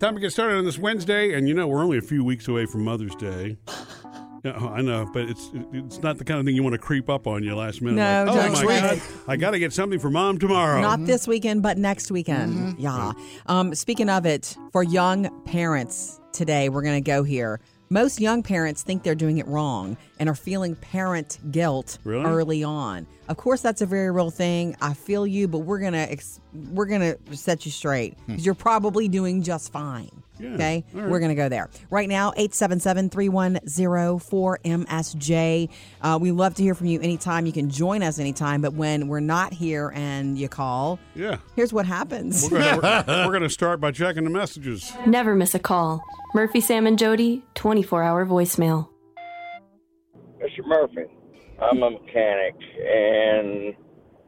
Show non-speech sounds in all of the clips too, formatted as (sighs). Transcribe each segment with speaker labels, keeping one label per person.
Speaker 1: Time to get started on this Wednesday, and you know we're only a few weeks away from Mother's Day. Yeah, I know, but it's it's not the kind of thing you want to creep up on you last minute.
Speaker 2: No,
Speaker 1: like, oh
Speaker 2: next
Speaker 1: my
Speaker 2: week.
Speaker 1: god, I got to get something for mom tomorrow. Mm-hmm.
Speaker 2: Not this weekend, but next weekend. Yeah. Um, speaking of it, for young parents today, we're going to go here. Most young parents think they're doing it wrong and are feeling parent guilt
Speaker 1: Really?
Speaker 2: early on. Of course, that's a very real thing. I feel you, but we're gonna ex- we're gonna set you straight 'cause you're probably doing just fine.
Speaker 1: Hmm. Yeah,
Speaker 2: Okay,
Speaker 1: all right.
Speaker 2: we're gonna go there right now. 877-310-4MSJ. Uh, we love to hear from you anytime. You can join us anytime. But when we're not here and you call,
Speaker 1: yeah,
Speaker 2: here's what happens.
Speaker 1: we're gonna,
Speaker 2: (laughs)
Speaker 1: we're- we're gonna start by checking the messages.
Speaker 3: Never miss a call. Murphy, Sam, and Jody, 24 hour voicemail.
Speaker 4: Mr. Murphy, I'm a mechanic, and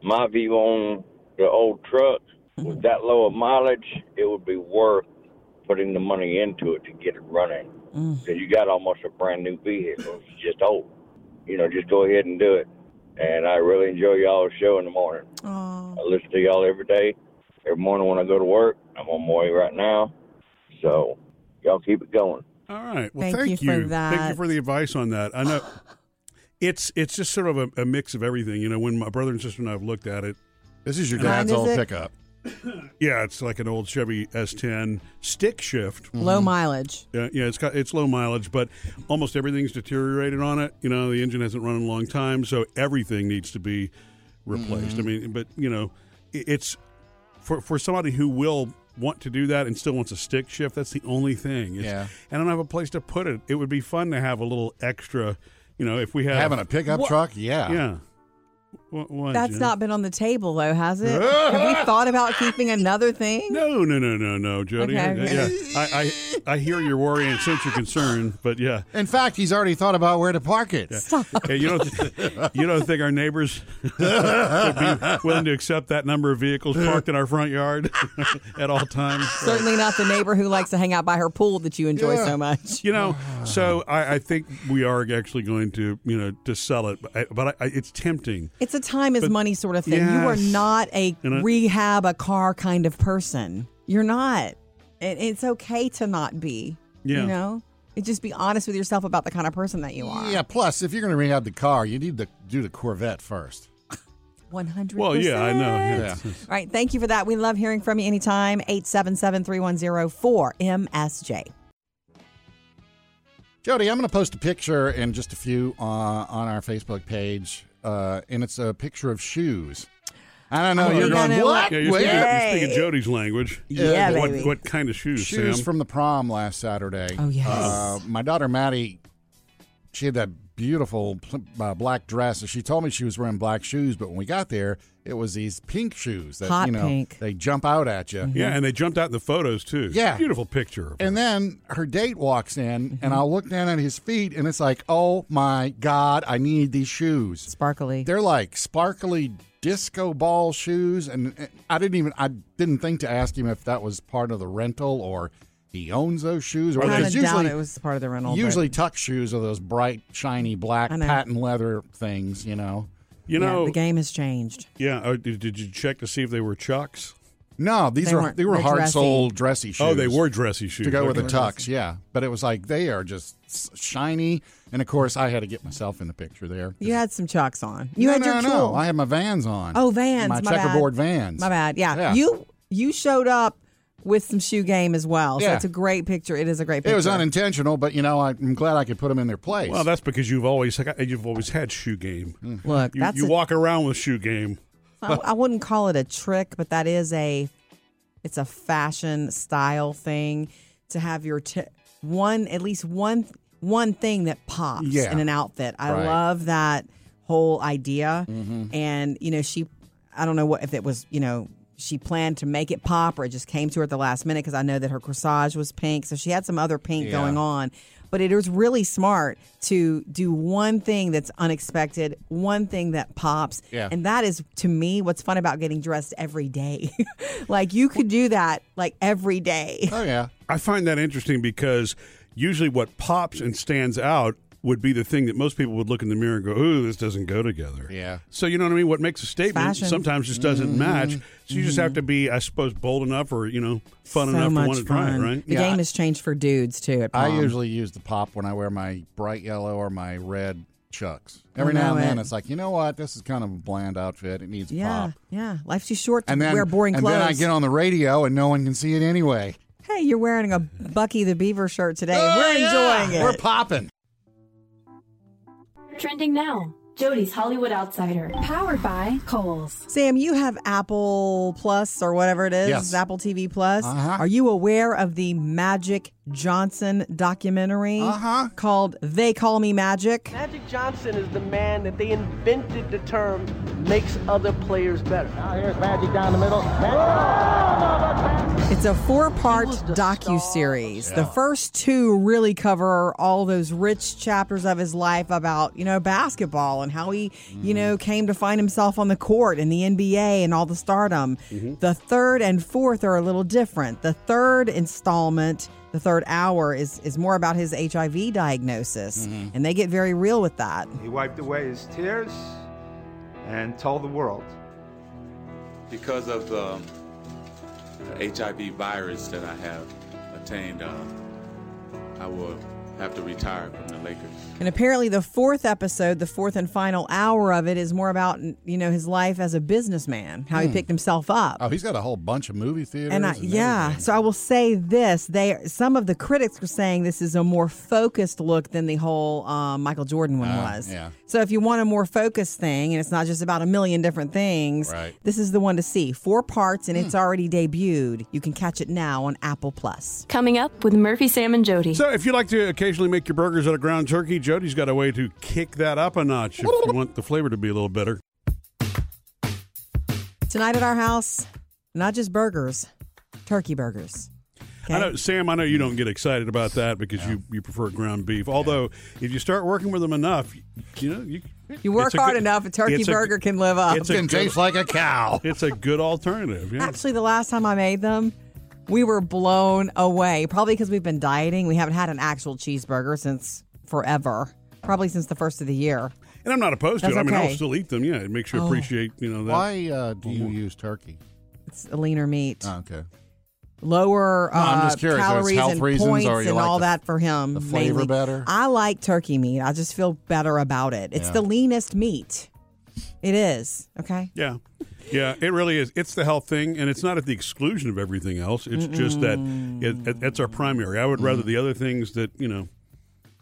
Speaker 4: my view on the old truck with that low of mileage, it would be worth putting the money into it to get it running.
Speaker 2: (laughs) Mm.
Speaker 4: Because you got almost a brand new vehicle, it's just old. You know, just go ahead and do it. And I really enjoy y'all's show in the morning.
Speaker 2: Aw.
Speaker 4: I listen to y'all every day, every morning when I go to work. I'm on my way right now, so y'all keep it going.
Speaker 1: All right. Well,
Speaker 2: Thank
Speaker 1: thank,
Speaker 2: you for
Speaker 1: Thank you
Speaker 2: that.
Speaker 1: for the advice on that. I
Speaker 2: (sighs)
Speaker 1: know it's it's just sort of a, a mix of everything. You know, when my brother and sister and I have looked at it,
Speaker 5: This is your
Speaker 2: Mine
Speaker 5: dad's
Speaker 2: is
Speaker 5: old
Speaker 2: it?
Speaker 5: pickup.
Speaker 1: yeah, it's like an old Chevy S10 stick shift.
Speaker 2: Low mileage.
Speaker 1: Yeah, yeah, it's got it's low mileage, but almost everything's deteriorated on it. You know, the engine hasn't run in a long time, so everything needs to be replaced. I
Speaker 5: Mm-hmm.
Speaker 1: mean, but you know, i- it's for for somebody who will want to do that and still wants a stick shift. That's the only thing. It's-
Speaker 5: Yeah.
Speaker 1: and I don't have a place to put it. It would be fun to have a little extra. You know, if we have
Speaker 5: Having a pickup
Speaker 2: What-
Speaker 5: truck, yeah.
Speaker 1: yeah. What, what,
Speaker 2: That's
Speaker 1: Jen?
Speaker 2: not been on the table though, has it? Have we thought about keeping another thing?
Speaker 1: No, no, no, no, no, Jody.
Speaker 2: Okay, okay.
Speaker 1: Yeah, I, I, I hear your worry and sense your concern, but yeah.
Speaker 5: In fact, he's already thought about where to park it.
Speaker 1: Hey, you don't you don't think our neighbors would be willing to accept that number of vehicles parked in our front yard (laughs) at all times?
Speaker 2: Certainly not the neighbor who likes to hang out by her pool that you enjoy
Speaker 5: Yeah.
Speaker 2: so much.
Speaker 1: You know, so I, I think we are actually going to you know to sell it, but, I, but I, it's tempting.
Speaker 2: It's a time is money sort of thing. You are
Speaker 1: Yes.
Speaker 2: not a
Speaker 1: And I-
Speaker 2: rehab a car kind of person. You're not. And it's okay to not be.
Speaker 1: Yeah.
Speaker 2: You know? It just be honest with yourself about the kind of person that you are.
Speaker 5: Yeah, plus, if you're going to rehab the car, you need to do the Corvette first.
Speaker 2: 100%.
Speaker 1: Well, yeah, I know. Yeah.
Speaker 2: All right. Thank you for that. We love hearing from you anytime. 877 310 4MSJ.
Speaker 5: Jody, I'm going to post a picture in just a few uh, on our Facebook page, uh, and it's a picture of shoes. I don't know.
Speaker 2: Oh,
Speaker 5: you're
Speaker 2: you
Speaker 5: going,
Speaker 2: gotta-
Speaker 5: what?
Speaker 1: Yeah, you're,
Speaker 5: Where?"
Speaker 1: speaking, you're
Speaker 2: Yay.
Speaker 1: speaking Jody's language.
Speaker 2: Yeah,
Speaker 1: what,
Speaker 2: baby.
Speaker 1: what kind of shoes,
Speaker 5: shoes
Speaker 1: Sam?
Speaker 5: from the prom last Saturday.
Speaker 2: Oh, yes.
Speaker 5: Uh, my daughter Maddie, she had that beautiful pl- uh, black dress, and she told me she was wearing black shoes. But when we got there, it was these pink shoes that
Speaker 2: Hot
Speaker 5: you know
Speaker 2: pink. Mm-hmm.
Speaker 5: they jump out at you.
Speaker 1: yeah, and they jumped out in the photos too.
Speaker 5: Yeah.
Speaker 1: beautiful picture.
Speaker 5: And then her date walks in,
Speaker 2: Mm-hmm.
Speaker 5: and I'll look down at his feet, and it's like, oh my god, I need these shoes.
Speaker 2: Sparkly.
Speaker 5: They're like sparkly disco ball shoes, and and I didn't even I didn't think to ask him if that was part of the rental or he owns those shoes or
Speaker 2: I kind
Speaker 5: because
Speaker 2: of doubt
Speaker 5: usually
Speaker 2: it was part of the rental. but-
Speaker 5: usually tuck shoes are those bright shiny black
Speaker 2: I know.
Speaker 5: patent leather things, you know.
Speaker 1: You
Speaker 2: Yeah,
Speaker 1: know,
Speaker 2: the game has changed.
Speaker 1: yeah. oh, did, did you check to see if they were chucks?
Speaker 5: No, these
Speaker 2: They
Speaker 5: are
Speaker 2: weren't-
Speaker 5: they were
Speaker 2: they're
Speaker 5: hard
Speaker 2: dressy.
Speaker 5: sole dressy shoes.
Speaker 1: Oh, they were dressy shoes
Speaker 5: to go with the
Speaker 1: Okay.
Speaker 5: tux, yeah. But it was like they are just s- shiny, and of course I had to get myself in the picture there.
Speaker 2: You had some chucks on. You
Speaker 5: no,
Speaker 2: had
Speaker 5: no,
Speaker 2: your
Speaker 5: no,
Speaker 2: tulle.
Speaker 5: I had my Vans on.
Speaker 2: Oh, Vans.
Speaker 5: my,
Speaker 2: my bad.
Speaker 5: checkerboard Vans.
Speaker 2: My bad. Yeah.
Speaker 5: Yeah.
Speaker 2: You you showed up with some shoe game as well. So
Speaker 5: Yeah.
Speaker 2: it's a great picture. It is a great picture.
Speaker 5: It was unintentional, but you know I'm glad I could put them in their place.
Speaker 1: Well, that's because you've always you've always had shoe game.
Speaker 2: Look,
Speaker 1: You,
Speaker 2: Hmm. that's
Speaker 1: you
Speaker 2: a-
Speaker 1: walk around with shoe game.
Speaker 2: (laughs) I, I wouldn't call it a trick, but that is a it's a fashion style thing to have your t- one at least one one thing that pops
Speaker 5: Yeah.
Speaker 2: in an outfit. I
Speaker 5: Right. Mm-hmm.
Speaker 2: love that whole idea. And you know, she I don't know what if it was, you know, she planned to make it pop or it just came to her at the last minute because I know that her corsage was pink. So she had some other pink
Speaker 5: Yeah.
Speaker 2: going on. But it was really smart to do one thing that's unexpected, one thing that pops,
Speaker 5: Yeah.
Speaker 2: and that is to me what's fun about getting dressed every day. (laughs) like you could do that like every day.
Speaker 5: oh yeah.
Speaker 1: I find that interesting because usually what pops and stands out would be the thing that most people would look in the mirror and go, "Ooh, this doesn't go together."
Speaker 5: Yeah.
Speaker 1: So you know what I mean? What makes a statement
Speaker 2: Fashion. Mm-hmm.
Speaker 1: sometimes just doesn't match. So you just have to be, I suppose, bold enough or you know, fun
Speaker 2: so
Speaker 1: enough
Speaker 2: much
Speaker 1: to want to try
Speaker 2: fun.
Speaker 1: it, right?
Speaker 2: The
Speaker 5: Yeah,
Speaker 2: game
Speaker 5: I-
Speaker 2: has changed for dudes too. At
Speaker 5: I
Speaker 2: prom.
Speaker 5: usually use the pop when I wear my bright yellow or my red chucks.
Speaker 2: I
Speaker 5: Every now
Speaker 2: know
Speaker 5: and then,
Speaker 2: it.
Speaker 5: it's like, you know what? This is kind of a bland outfit. It needs
Speaker 2: yeah,
Speaker 5: pop.
Speaker 2: yeah. Life's too short to
Speaker 5: And then
Speaker 2: wear boring
Speaker 5: and
Speaker 2: clothes.
Speaker 5: then I get on the radio and no one can see it anyway.
Speaker 2: hey, you're wearing a Bucky the Beaver shirt today.
Speaker 5: Oh,
Speaker 2: We're
Speaker 5: yeah!
Speaker 2: enjoying it.
Speaker 5: We're popping.
Speaker 3: Trending now. Jody's Hollywood Outsider.
Speaker 6: Powered by Kohl's.
Speaker 2: Sam, you have Apple Plus or whatever it is,
Speaker 5: Yes.
Speaker 2: Apple TV Plus.
Speaker 5: Uh-huh.
Speaker 2: Are you aware of the Magic Johnson documentary
Speaker 5: Uh-huh.
Speaker 2: called They Call Me Magic?
Speaker 7: Magic Johnson is the man that they invented the term makes other players better. Now here's Magic down the middle.
Speaker 2: It's a four-part
Speaker 7: He was the
Speaker 2: docu-series. The first two really cover all those rich chapters of his life about, you know, basketball and how he, you know, came to find himself on the court in the NBA and all the stardom. The third and fourth are a little different. The third installment, the third hour is is more about his HIV diagnosis, and they get very real with that.
Speaker 8: He wiped away his tears and told the world.
Speaker 9: Because of the HIV virus that I have attained, uh, I will have to retire from the Lakers.
Speaker 2: And apparently, the fourth episode, the fourth and final hour of it, is more about you know his life as a businessman, how he picked himself up.
Speaker 5: Oh, he's got a whole bunch of movie theaters.
Speaker 2: and I, yeah, so I will say this: they some of the critics were saying this is a more focused look than the whole um, Michael Jordan one
Speaker 1: Uh,
Speaker 2: was.
Speaker 5: yeah.
Speaker 2: So if you want a more focused thing, and it's not just about a million different things,
Speaker 5: Right.
Speaker 2: this is the one to see. Four parts, and it's
Speaker 1: Hmm.
Speaker 2: already debuted. You can catch it now on Apple Plus.
Speaker 3: Coming up with Murphy, Sam, and Jody.
Speaker 1: So, if you like to occasionally make your burgers out of ground turkey, Jody's got a way to kick that up a notch if you want the flavor to be a little better.
Speaker 2: Tonight at our house, not just burgers, turkey burgers.
Speaker 1: I
Speaker 2: Okay.
Speaker 1: know, Sam. I know you don't get excited about that because you, you prefer ground beef. Although, if you start working with them enough, you know you
Speaker 2: You work
Speaker 1: it's a
Speaker 2: hard
Speaker 1: good-
Speaker 2: enough, a turkey
Speaker 1: it's
Speaker 2: burger can live up.
Speaker 1: It's
Speaker 5: It
Speaker 1: a
Speaker 5: can
Speaker 1: good,
Speaker 5: taste like
Speaker 1: (laughs)
Speaker 5: a cow.
Speaker 1: it's a good alternative. Yeah.
Speaker 2: Actually, the last time I made them, we were blown away. Probably because we've been dieting. We haven't had an actual cheeseburger since forever. Probably since the first of the year.
Speaker 1: And I'm not opposed to it. I
Speaker 2: That's
Speaker 1: mean, I'll
Speaker 2: okay. Oh.
Speaker 1: still eat them. Yeah, it makes you appreciate you know that.
Speaker 5: Why uh, do you use turkey?
Speaker 2: It's a leaner meat,
Speaker 5: Oh, okay.
Speaker 2: lower uh,
Speaker 5: I'm just curious, is it
Speaker 2: calories
Speaker 5: health
Speaker 2: and
Speaker 5: reasons, or
Speaker 2: points
Speaker 5: you
Speaker 2: and
Speaker 5: like
Speaker 2: all
Speaker 5: the-
Speaker 2: that for him.
Speaker 5: the flavor
Speaker 2: mainly.
Speaker 5: better?
Speaker 2: I like turkey meat. I just feel better about it. It's
Speaker 5: Yeah.
Speaker 2: the leanest meat. It is okay.
Speaker 1: Yeah. Yeah, it really is. It's the health thing, and it's not at the exclusion of everything else. It's just that it, it, it's our primary. I would rather
Speaker 2: Mm.
Speaker 1: the other things that you know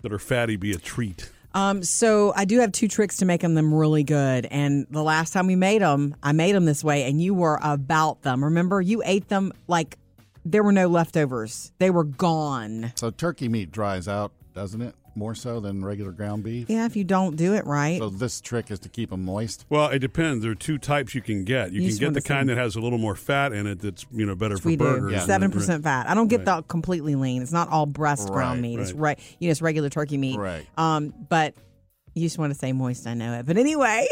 Speaker 1: that are fatty be a treat.
Speaker 2: Um, so I do have two tricks to make them them really good. And the last time we made them, I made them this way, and you were about them. Remember, you ate them like there were no leftovers; they were gone.
Speaker 5: So turkey meat dries out, doesn't it? More so than regular ground beef.
Speaker 2: Yeah, if you don't do it right,
Speaker 5: So this trick is to keep them moist.
Speaker 1: Well, it depends. There are two types you can get. You,
Speaker 2: You
Speaker 1: can
Speaker 2: just
Speaker 1: get
Speaker 2: want
Speaker 1: the
Speaker 2: the
Speaker 1: kind that
Speaker 2: same-
Speaker 1: has a little more fat in it. That's you know better
Speaker 2: which
Speaker 1: for
Speaker 2: we do
Speaker 1: burgers.
Speaker 5: Yeah.
Speaker 2: seven percent fat. I don't get that completely lean. It's not all breast ground
Speaker 5: Right,
Speaker 2: meat. It's
Speaker 1: right.
Speaker 2: right, you know, it's regular turkey meat.
Speaker 5: Right.
Speaker 2: Um, but. You just want to say moist, I know it. But anyway,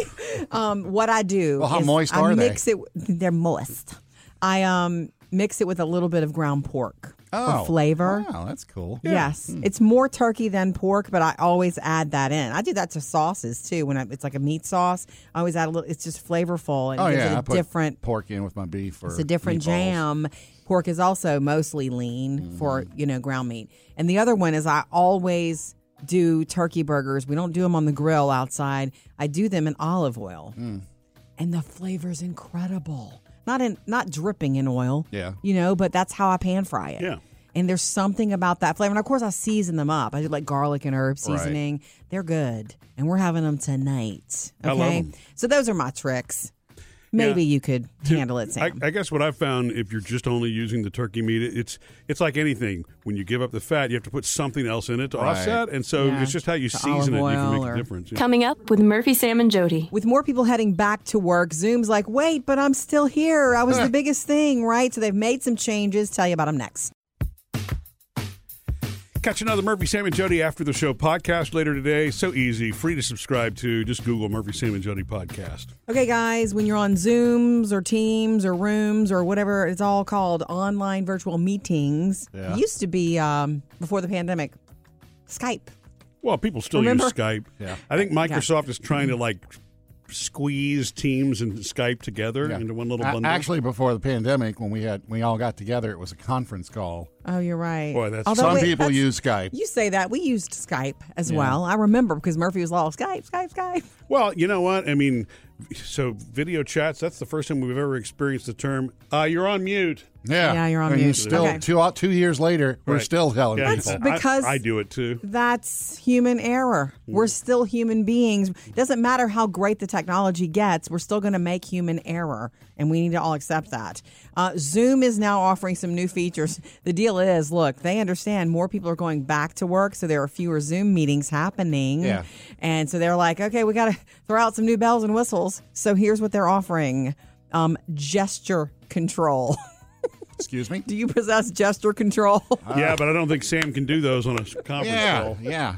Speaker 2: um, what I do
Speaker 5: Well, how
Speaker 2: is
Speaker 5: moist
Speaker 2: I
Speaker 5: are they?
Speaker 2: mix it. They're moist. I um, mix it with a little bit of ground pork
Speaker 5: Oh.
Speaker 2: for flavor.
Speaker 5: Wow, that's cool.
Speaker 2: Yes,
Speaker 5: Hmm.
Speaker 2: it's more turkey than pork, but I always add that in. I do that to sauces too. When I, it's like a meat sauce, I always add a little. It's just flavorful and
Speaker 5: Oh
Speaker 2: gives it
Speaker 5: yeah,
Speaker 2: a
Speaker 5: I put
Speaker 2: different.
Speaker 5: pork in with my beef. Or
Speaker 2: It's a different
Speaker 5: meatballs.
Speaker 2: jam. Pork is also mostly lean for
Speaker 5: Mm-hmm.
Speaker 2: you know ground meat, and the other one is I always do turkey burgers. We don't do them on the grill outside. I do them in olive oil,
Speaker 5: Mm.
Speaker 2: and the flavor's incredible. Not in not dripping in oil,
Speaker 5: Yeah.
Speaker 2: you know, but that's how I pan fry it.
Speaker 1: Yeah.
Speaker 2: And there's something about that flavor. And of course, I season them up. I do like garlic and herb
Speaker 5: Right.
Speaker 2: seasoning. They're good. And we're having them tonight. Okay.
Speaker 1: I love 'em.
Speaker 2: So those are my tricks. Maybe you could handle it, Sam.
Speaker 1: I, I guess what I've found, if you're just only using the turkey meat, it- it's it's like anything. When you give up the fat, you have to put something else in it to
Speaker 5: Right.
Speaker 1: offset. And so
Speaker 2: Yeah.
Speaker 1: it's just how you
Speaker 2: The
Speaker 1: season it. You
Speaker 2: olive
Speaker 1: can
Speaker 2: oil
Speaker 1: make a
Speaker 2: or-
Speaker 1: difference. yeah.
Speaker 3: Coming up with Murphy, Sam, and Jody.
Speaker 2: With more people heading back to work, Zoom's like, wait, but I'm still here. I was
Speaker 5: (laughs)
Speaker 2: the biggest thing, right? So they've made some changes. Tell you about them next.
Speaker 1: Catch another Murphy, Sam, and Jody after the show podcast later today. So easy, free to subscribe to. Just Google Murphy, Sam, and Jody podcast.
Speaker 2: Okay, guys, when you're on Zooms or Teams or Rooms or whatever it's all called, online virtual meetings,
Speaker 5: Yeah.
Speaker 2: it used to be um, before the pandemic, Skype.
Speaker 1: Well, people still
Speaker 2: Remember? Uh,
Speaker 1: use Skype.
Speaker 5: Yeah.
Speaker 1: I think Microsoft is trying to like squeeze Teams and Skype together
Speaker 5: Yeah.
Speaker 1: into one little
Speaker 5: A-
Speaker 1: bundle.
Speaker 5: Actually, before the pandemic, when we had we all got together, it was a conference call.
Speaker 2: Oh, you're right.
Speaker 1: Boy, that's-
Speaker 2: Although,
Speaker 5: Some
Speaker 2: wait,
Speaker 5: people
Speaker 2: that's-
Speaker 5: use Skype.
Speaker 2: You say that we used Skype as well. I remember because Murphy was all Skype, Skype, Skype.
Speaker 1: well, you know what? I mean, so video chats. That's the first time we've ever experienced the term. Uh, you're on mute.
Speaker 5: Yeah,
Speaker 2: Yeah, you're on
Speaker 5: and you
Speaker 2: mute.
Speaker 5: Still,
Speaker 2: Okay.
Speaker 5: two uh, two years later, we're
Speaker 1: Right.
Speaker 5: still telling
Speaker 1: Yeah,
Speaker 5: people.
Speaker 1: I-
Speaker 2: because-
Speaker 1: I, do it too.
Speaker 2: That's human error. We're still human beings. Doesn't matter how great the technology gets, we're still going to make human error, and we need to all accept that. Uh, Zoom is now offering some new features. The deal is, look, they understand more people are going back to work, so there are fewer Zoom meetings happening.
Speaker 5: Yeah.
Speaker 2: And so they're like, okay, we got to throw out some new bells and whistles. So here's what they're offering: um, gesture control. (laughs)
Speaker 5: Excuse me.
Speaker 2: Do you possess gesture control?
Speaker 1: yeah, but I don't think Sam can do those on a conference
Speaker 5: Yeah,
Speaker 1: call.
Speaker 5: yeah.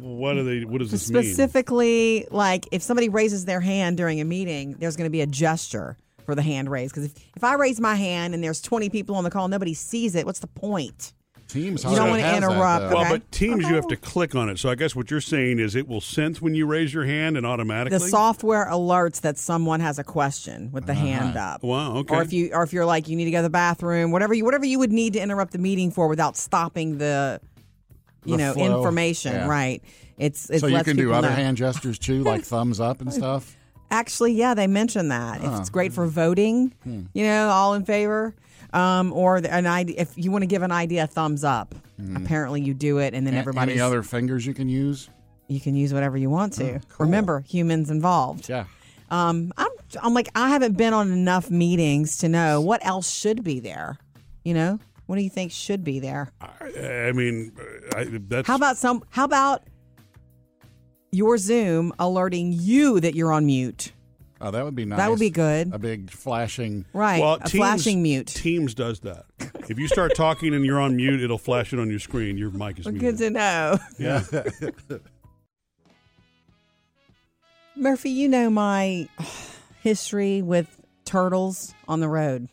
Speaker 1: What are they? What does this mean?
Speaker 2: specifically like if somebody raises their hand during a meeting there's going to be a gesture for the hand raise because if, if i raise my hand and there's 20 people on the call nobody sees it what's the point
Speaker 5: Teams.
Speaker 2: You don't wanna
Speaker 5: already has that,
Speaker 2: interrupt.
Speaker 5: though.
Speaker 2: Okay.
Speaker 1: Well, but Teams, you have to click on it. So I guess what you're saying is it will sense when you raise your hand and automatically.
Speaker 2: the software alerts that someone has a question
Speaker 5: Ah,
Speaker 2: with the hand up
Speaker 1: Wow, okay.
Speaker 2: or if you or if you're like you need to go to the bathroom whatever you whatever you would need to interrupt the meeting for without stopping the you
Speaker 5: The
Speaker 2: know
Speaker 5: flow.
Speaker 2: information
Speaker 5: Yeah.
Speaker 2: right it's it's
Speaker 5: so you
Speaker 2: lets
Speaker 5: can do
Speaker 2: people
Speaker 5: other
Speaker 2: know.
Speaker 5: hand gestures too,
Speaker 2: (laughs)
Speaker 5: like thumbs up and stuff.
Speaker 2: Actually, yeah, they mentioned that. If it's great for voting,
Speaker 5: Hmm.
Speaker 2: you know, all in favor. Um, or the- an idea, if you want to give an idea a thumbs up, apparently you do it, and then
Speaker 5: Hmm. A-
Speaker 2: everybody
Speaker 5: Any other fingers you can use?
Speaker 2: you can use whatever you want to. Remember, humans involved.
Speaker 5: Yeah.
Speaker 2: Um, I'm I'm like I haven't been on enough meetings to know what else should be there. You know, what do you think should be there?
Speaker 1: I mean, I, that's
Speaker 2: How about some? How about your Zoom alerting you that you're on mute?
Speaker 5: Oh, that would be nice.
Speaker 2: That would be good.
Speaker 5: A big flashing.
Speaker 2: Right,
Speaker 1: well,
Speaker 2: a flashing mute.
Speaker 1: Teams does that. If you start talking and you're on mute, it'll flash it on your screen. Your mic is
Speaker 2: Well,
Speaker 1: muted.
Speaker 2: Good to know. (laughs)
Speaker 1: Yeah.
Speaker 2: Murphy, you know my (sighs) history with turtles on the road.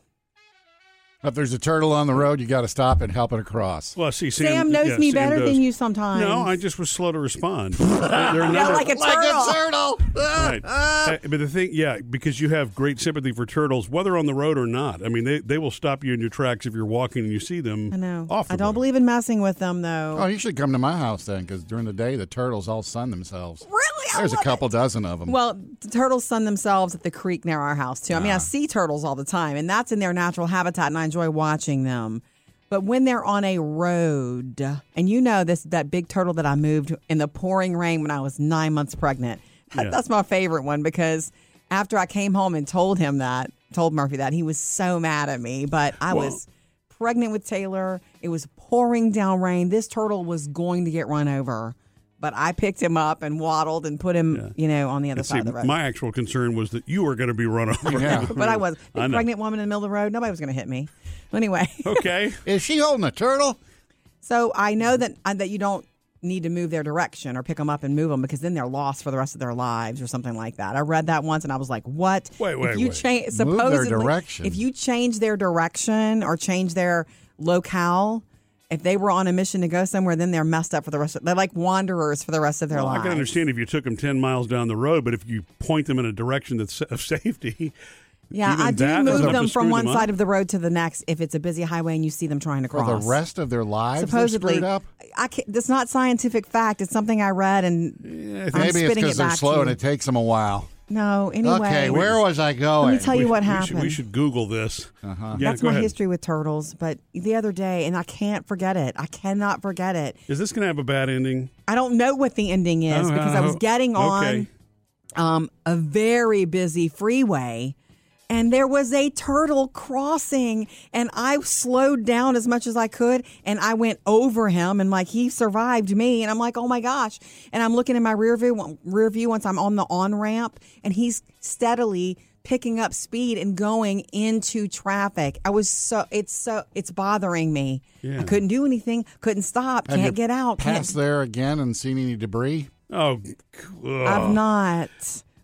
Speaker 5: If there's a turtle on the road, you got to stop and help it across.
Speaker 1: Well, see, Sam,
Speaker 2: Sam, knows
Speaker 1: yeah,
Speaker 2: me
Speaker 1: Sam
Speaker 2: better
Speaker 1: does.
Speaker 2: than you sometimes.
Speaker 1: No, I just was slow to respond. They're
Speaker 2: (laughs)
Speaker 1: they're
Speaker 2: Not
Speaker 1: never
Speaker 2: like a
Speaker 5: Like
Speaker 2: turtle.
Speaker 5: a turtle. Ah!
Speaker 2: (laughs)
Speaker 1: right. Uh, but the thing, yeah, because you have great sympathy for turtles, whether on the road or not. I mean, they, they will stop you in your tracks if you're walking and you see them.
Speaker 2: I know.
Speaker 1: Off the
Speaker 2: I don't
Speaker 1: road.
Speaker 2: believe in messing with them, though.
Speaker 5: Oh, you should come to my house then, because during the day the turtles all sun themselves.
Speaker 2: Really? I
Speaker 5: There's a
Speaker 2: love
Speaker 5: couple dozen of them.
Speaker 2: Well, the turtles sun themselves at the creek near our house too. I
Speaker 1: Ah.
Speaker 2: mean, I see turtles all the time, and that's in their natural habitat, and I enjoy watching them. But when they're on a road, and you know this that big turtle that I moved in the pouring rain when I was nine months pregnant. (laughs)
Speaker 1: Yeah.
Speaker 2: That's my favorite one because after I came home and told him that, told Murphy that, he was so mad at me. But I
Speaker 1: Well-
Speaker 2: was pregnant with Taylor. It was pouring down rain. This turtle was going to get run over. But I picked him up and waddled and put him, you know, on the other
Speaker 1: And
Speaker 2: side
Speaker 1: see,
Speaker 2: of the road.
Speaker 1: my actual concern was that you were going to be run over.
Speaker 5: Yeah.
Speaker 2: (laughs) but I was
Speaker 1: (laughs) I
Speaker 2: a
Speaker 1: know.
Speaker 2: pregnant woman in the middle of the road. Nobody was going to hit me. Anyway,
Speaker 1: Okay.
Speaker 5: Is she holding a turtle?
Speaker 2: so I know that uh, that you don't need to move their direction or pick them up and move them because then they're lost for the rest of their lives or something like that. I read that once and I was like, "What?
Speaker 1: Wait, wait,
Speaker 2: if you
Speaker 1: wait.
Speaker 2: Change,
Speaker 5: Move their
Speaker 2: supposedly,
Speaker 5: direction.
Speaker 2: If you change their direction or change their locale." If they were on a mission to go somewhere, then they're messed up for the rest of. They're like wanderers for the rest of their
Speaker 1: Well, I
Speaker 2: lives.
Speaker 1: can understand if you took them 10 miles down the road, but if you point them in a direction that's of (laughs) safety.
Speaker 2: Yeah,
Speaker 1: even
Speaker 2: I do
Speaker 1: that
Speaker 2: move
Speaker 1: doesn't
Speaker 2: them
Speaker 1: just
Speaker 2: from
Speaker 1: screw
Speaker 2: one
Speaker 1: them
Speaker 2: side
Speaker 1: up.
Speaker 2: of the road to the next if it's a busy highway and you see them trying to
Speaker 5: For
Speaker 2: cross.
Speaker 5: the rest of their lives, they're
Speaker 2: supposedly
Speaker 5: screwed up.
Speaker 2: I can't, that's not scientific fact. It's something I read, and I'm
Speaker 5: Maybe it's
Speaker 2: spitting
Speaker 5: because
Speaker 2: it
Speaker 5: they're
Speaker 2: back
Speaker 5: slow
Speaker 2: to
Speaker 5: and
Speaker 2: you.
Speaker 5: it takes them a while.
Speaker 2: No, anyway.
Speaker 5: okay, where was I going?
Speaker 2: Let me tell you what
Speaker 1: we
Speaker 2: happened.
Speaker 1: Should, we should Google this. Uh-huh. Yeah,
Speaker 2: that's
Speaker 1: go
Speaker 2: my
Speaker 1: ahead.
Speaker 2: history with turtles. But the other day, and I can't forget it. I cannot forget it.
Speaker 1: Is this going to have a bad ending?
Speaker 2: I don't know what the ending is
Speaker 1: Oh,
Speaker 2: because I was
Speaker 1: oh,
Speaker 2: getting on
Speaker 1: Okay.
Speaker 2: um, a very busy freeway and there was a turtle crossing and i slowed down as much as i could and i went over him and like he survived me and i'm like oh my gosh and i'm looking in my rear view rear view once i'm on the on ramp and he's steadily picking up speed and going into traffic i was so it's so it's bothering me
Speaker 1: Yeah.
Speaker 2: i couldn't do anything couldn't stop
Speaker 5: Have you
Speaker 2: can't get out can't
Speaker 5: Passed there again and seen any debris?
Speaker 1: Oh, ugh.
Speaker 2: I've not,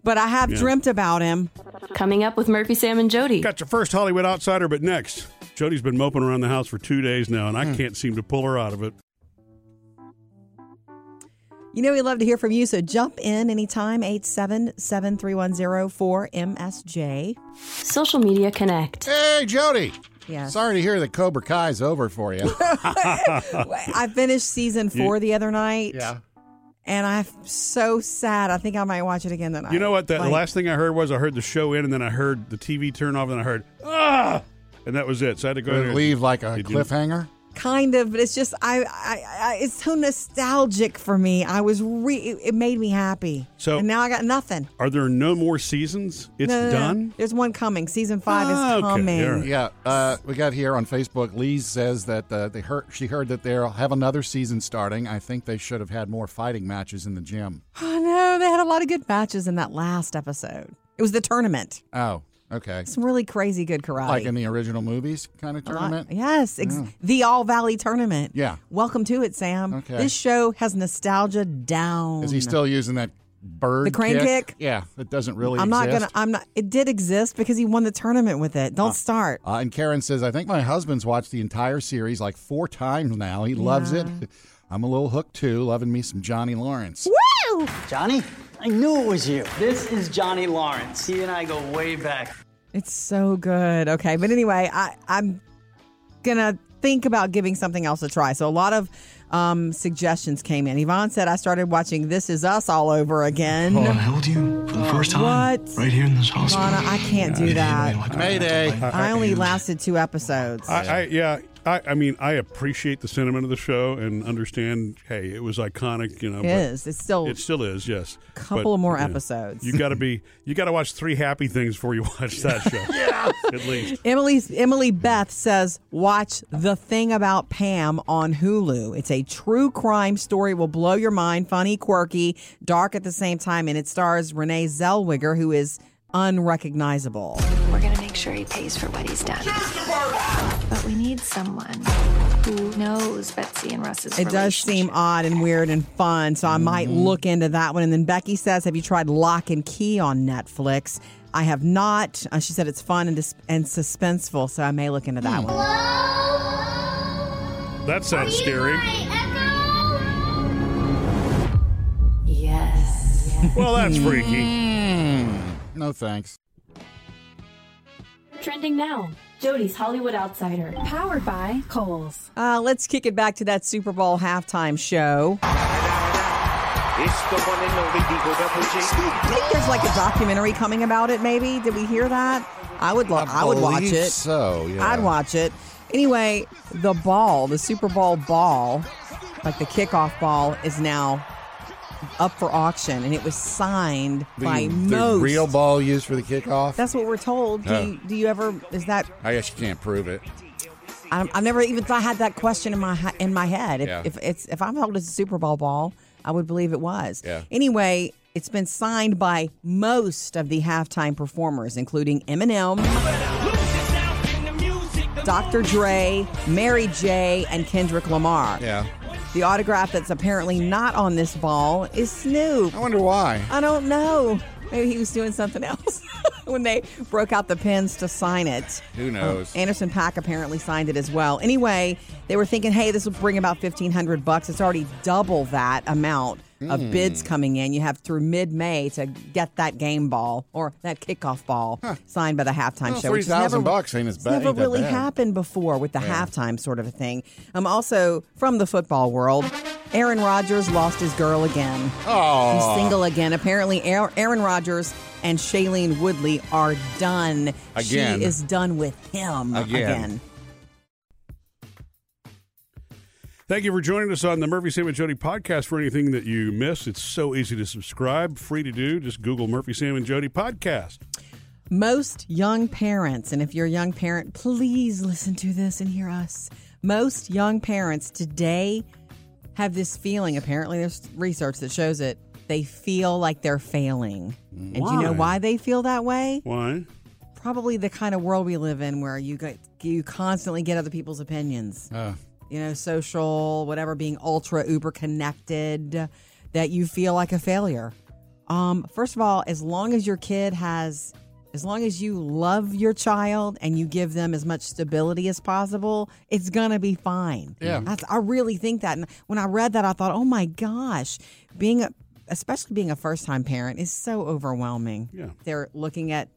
Speaker 2: but I have dreamt about him.
Speaker 3: Coming up with Murphy, Sam, and Jody.
Speaker 1: Got your first Hollywood outsider, but next.
Speaker 2: Hmm.
Speaker 1: Jody's been moping around the house for two days now, and I can't seem to pull her out of it.
Speaker 2: You know, we love to hear from you, so jump in anytime, 877 310 4MSJ.
Speaker 3: Social media connect.
Speaker 5: Hey, Jody.
Speaker 2: Yes.
Speaker 5: Sorry to hear that Cobra Kai's over
Speaker 1: (laughs)
Speaker 5: for you.
Speaker 2: I finished season four the other night, and I'm so sad. I think I might watch it again tonight.
Speaker 1: You know what? The
Speaker 2: Like,
Speaker 1: last thing I heard was I heard the show in, and then I heard the TV turn off, and I heard ah, and that was it. So I had to go
Speaker 5: Gonna
Speaker 1: in-
Speaker 5: leave like a
Speaker 1: Did you-
Speaker 5: cliffhanger.
Speaker 2: Kind of, but it's just, I, I, I it's so nostalgic for me. I was re, it, it made me happy.
Speaker 1: So-
Speaker 2: and now I got nothing.
Speaker 1: Are there no more seasons? It's
Speaker 2: No, no, no.
Speaker 1: done.
Speaker 2: There's one coming. Season five
Speaker 1: Ah,
Speaker 2: is
Speaker 1: okay.
Speaker 2: coming.
Speaker 1: All right.
Speaker 5: Yeah, uh, we got here on Facebook. Lee says that uh, they heard she heard that they'll have another season starting. I think they should have had more fighting matches in the gym.
Speaker 2: Oh no, they had a lot of good matches in that last episode. It was the tournament.
Speaker 5: Oh, okay.
Speaker 2: Some really crazy good karate.
Speaker 5: Like in the original movies kind of
Speaker 2: A lot-
Speaker 5: tournament.
Speaker 2: Yes, ex- the All Valley Tournament.
Speaker 5: Yeah.
Speaker 2: Welcome to it, Sam.
Speaker 5: Okay.
Speaker 2: This show has nostalgia down.
Speaker 5: Is he still using that bird?
Speaker 2: The crane kick?
Speaker 5: Yeah, it doesn't really.
Speaker 2: I'm not
Speaker 5: exist.
Speaker 2: gonna. I'm not. It did exist because he won the tournament with it. Don't start.
Speaker 5: Uh, and Karen says, I think my husband's watched the entire series like four times now. He loves it. I'm a little hooked too, loving me some Johnny Lawrence.
Speaker 2: Woo!
Speaker 10: Johnny, I knew it was you.
Speaker 7: This is Johnny Lawrence. He and I go way back.
Speaker 2: It's so good. Okay, but anyway, I I'm gonna think about giving something else a try. So a lot of um, suggestions came in. Yvonne said I started watching This Is Us all over again.
Speaker 11: I held you for the first time.
Speaker 2: What?
Speaker 11: Right here in this hospital.
Speaker 2: Lana, I can't do that.
Speaker 5: Mayday.
Speaker 2: I only lasted two episodes.
Speaker 1: I, I yeah. I, I mean, I appreciate the sentiment of the show and understand. Hey, it was iconic. You know,
Speaker 2: It is. It's still
Speaker 1: It still is. Yes.
Speaker 2: Couple of more episodes.
Speaker 1: You got to be. You got to watch three happy things before you (laughs) watch that
Speaker 2: (laughs)
Speaker 1: show. yeah. At least.
Speaker 2: Emily Emily Beth says watch The Thing About Pam on Hulu. It's a true crime story It will blow your mind, funny, quirky, dark at the same time and it stars Renee Zellweger who is unrecognizable.
Speaker 12: We're gonna make sure he pays for what he's done. But we need someone who knows Betsy and Russ's
Speaker 2: It does seem odd and weird and fun, so I might look into that one. And then Becky says, "Have you tried Lock and Key on Netflix?" I have not. Uh, she said it's fun and dis- and suspenseful, so I may look into that one.
Speaker 1: That sounds scary.
Speaker 12: Yes.
Speaker 1: Well, that's freaky.
Speaker 5: Hmm. No thanks.
Speaker 3: Trending now. Jody's Hollywood Outsider.
Speaker 6: Powered by Kohl's.
Speaker 2: Uh, let's kick it back to that Super Bowl halftime show.
Speaker 7: It's the one and only Eagle Double
Speaker 2: I think there's like a documentary coming about it. Maybe did we hear that? I would. Lo- I, would watch
Speaker 5: Believe
Speaker 2: it.
Speaker 5: So yeah.
Speaker 2: I'd watch it. Anyway, the ball, the Super Bowl ball, like the kickoff ball, is now up for auction, and it was signed
Speaker 5: the,
Speaker 2: by
Speaker 5: the
Speaker 2: most.
Speaker 5: real ball used for the kickoff.
Speaker 2: That's what we're told. Do,
Speaker 5: Oh.
Speaker 2: you, do you ever? Is that?
Speaker 5: I guess you can't prove it.
Speaker 2: I, I've never even thought I had that question in my he- in my head. If,
Speaker 5: Yeah.
Speaker 2: if it's if I'm told it's a Super Bowl ball, I would believe it was.
Speaker 5: Yeah.
Speaker 2: Anyway, it's been signed by most of the halftime performers, including Eminem. Dr. Dre, Mary J, and Kendrick Lamar.
Speaker 5: Yeah.
Speaker 2: The autograph that's apparently not on this ball is Snoop.
Speaker 5: I wonder why.
Speaker 2: I don't know. Maybe he was doing something else (laughs) when they broke out the pens to sign it.
Speaker 5: Who knows?
Speaker 2: Anderson Pack apparently signed it as well. Anyway, they were thinking, hey, this will bring about fifteen hundred bucks. It's already double that amount of
Speaker 5: Hmm.
Speaker 2: bids coming in. You have through mid-May to get that game ball or that kickoff ball signed by the halftime
Speaker 5: Well,
Speaker 2: show. which is
Speaker 5: 3,000
Speaker 2: never-
Speaker 5: bucks ain't as
Speaker 2: it's
Speaker 5: bad-
Speaker 2: Never
Speaker 5: ain't that
Speaker 2: really
Speaker 5: bad.
Speaker 2: happened before with the halftime sort of a thing. Um, also from the football world, Aaron Rodgers lost his girl again. He's
Speaker 5: Oh,
Speaker 2: single again. Apparently, Aar- Aaron Rodgers and Shailene Woodley are done.
Speaker 5: Again.
Speaker 2: She is done with him
Speaker 5: Again.
Speaker 1: Thank you for joining us on the Murphy Sam and Jody podcast. For anything that you miss, it's so easy to subscribe, free to do. Just Google Murphy Sam and Jody podcast.
Speaker 2: Most young parents, and if you're a young parent, please listen to this and hear us. Most young parents today have this feeling, apparently, there's research that shows it, they feel like they're failing. And do you know why they feel that way?
Speaker 1: Why?
Speaker 2: Probably the kind of world we live in where you, get, you constantly get other people's opinions.
Speaker 5: Uh,
Speaker 2: you know, social, whatever, being ultra uber connected, that you feel like a failure. Um, first of all, as long as your kid has As long as you love your child and you give them as much stability as possible, it's gonna be fine.
Speaker 5: Yeah.
Speaker 2: That's, I really think that. And when I read that, I thought, oh my gosh, being a, especially being a first time parent is so overwhelming.
Speaker 1: Yeah.
Speaker 2: They're looking at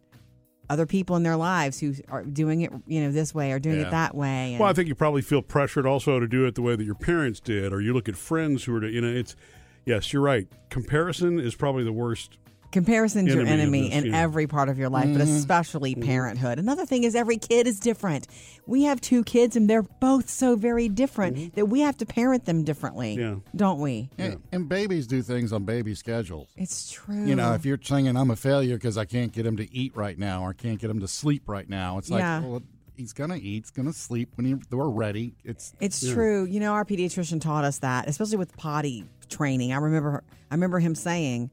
Speaker 2: other people in their lives who are doing it, you know, this way or doing
Speaker 1: Yeah.
Speaker 2: it that way. and-
Speaker 1: Well, I think you probably feel pressured also to do it the way that your parents did, or you look at friends who are, you know, it's, yes, you're right. Comparison is probably the worst.
Speaker 2: Comparison's your
Speaker 1: Enemy of
Speaker 2: enemy
Speaker 1: this,
Speaker 2: in
Speaker 1: yeah.
Speaker 2: every part of your life, but
Speaker 5: Mm-hmm.
Speaker 1: Mhm.
Speaker 2: especially parenthood. Another thing is every kid is different. We have two kids and they're both so very different
Speaker 5: Mm-hmm.
Speaker 2: that we have to parent them differently, don't we?
Speaker 5: And, and babies do things on baby schedules.
Speaker 2: It's true.
Speaker 5: You know, if you're saying I'm a failure because I can't get him to eat right now or I can't get him to sleep right now, it's like,
Speaker 2: Yeah.
Speaker 5: well, he's gonna eat, he's gonna sleep when he, we're ready. It's
Speaker 2: It's
Speaker 5: Yeah.
Speaker 2: true. You know, our pediatrician taught us that, especially with potty training. I remember I remember him saying,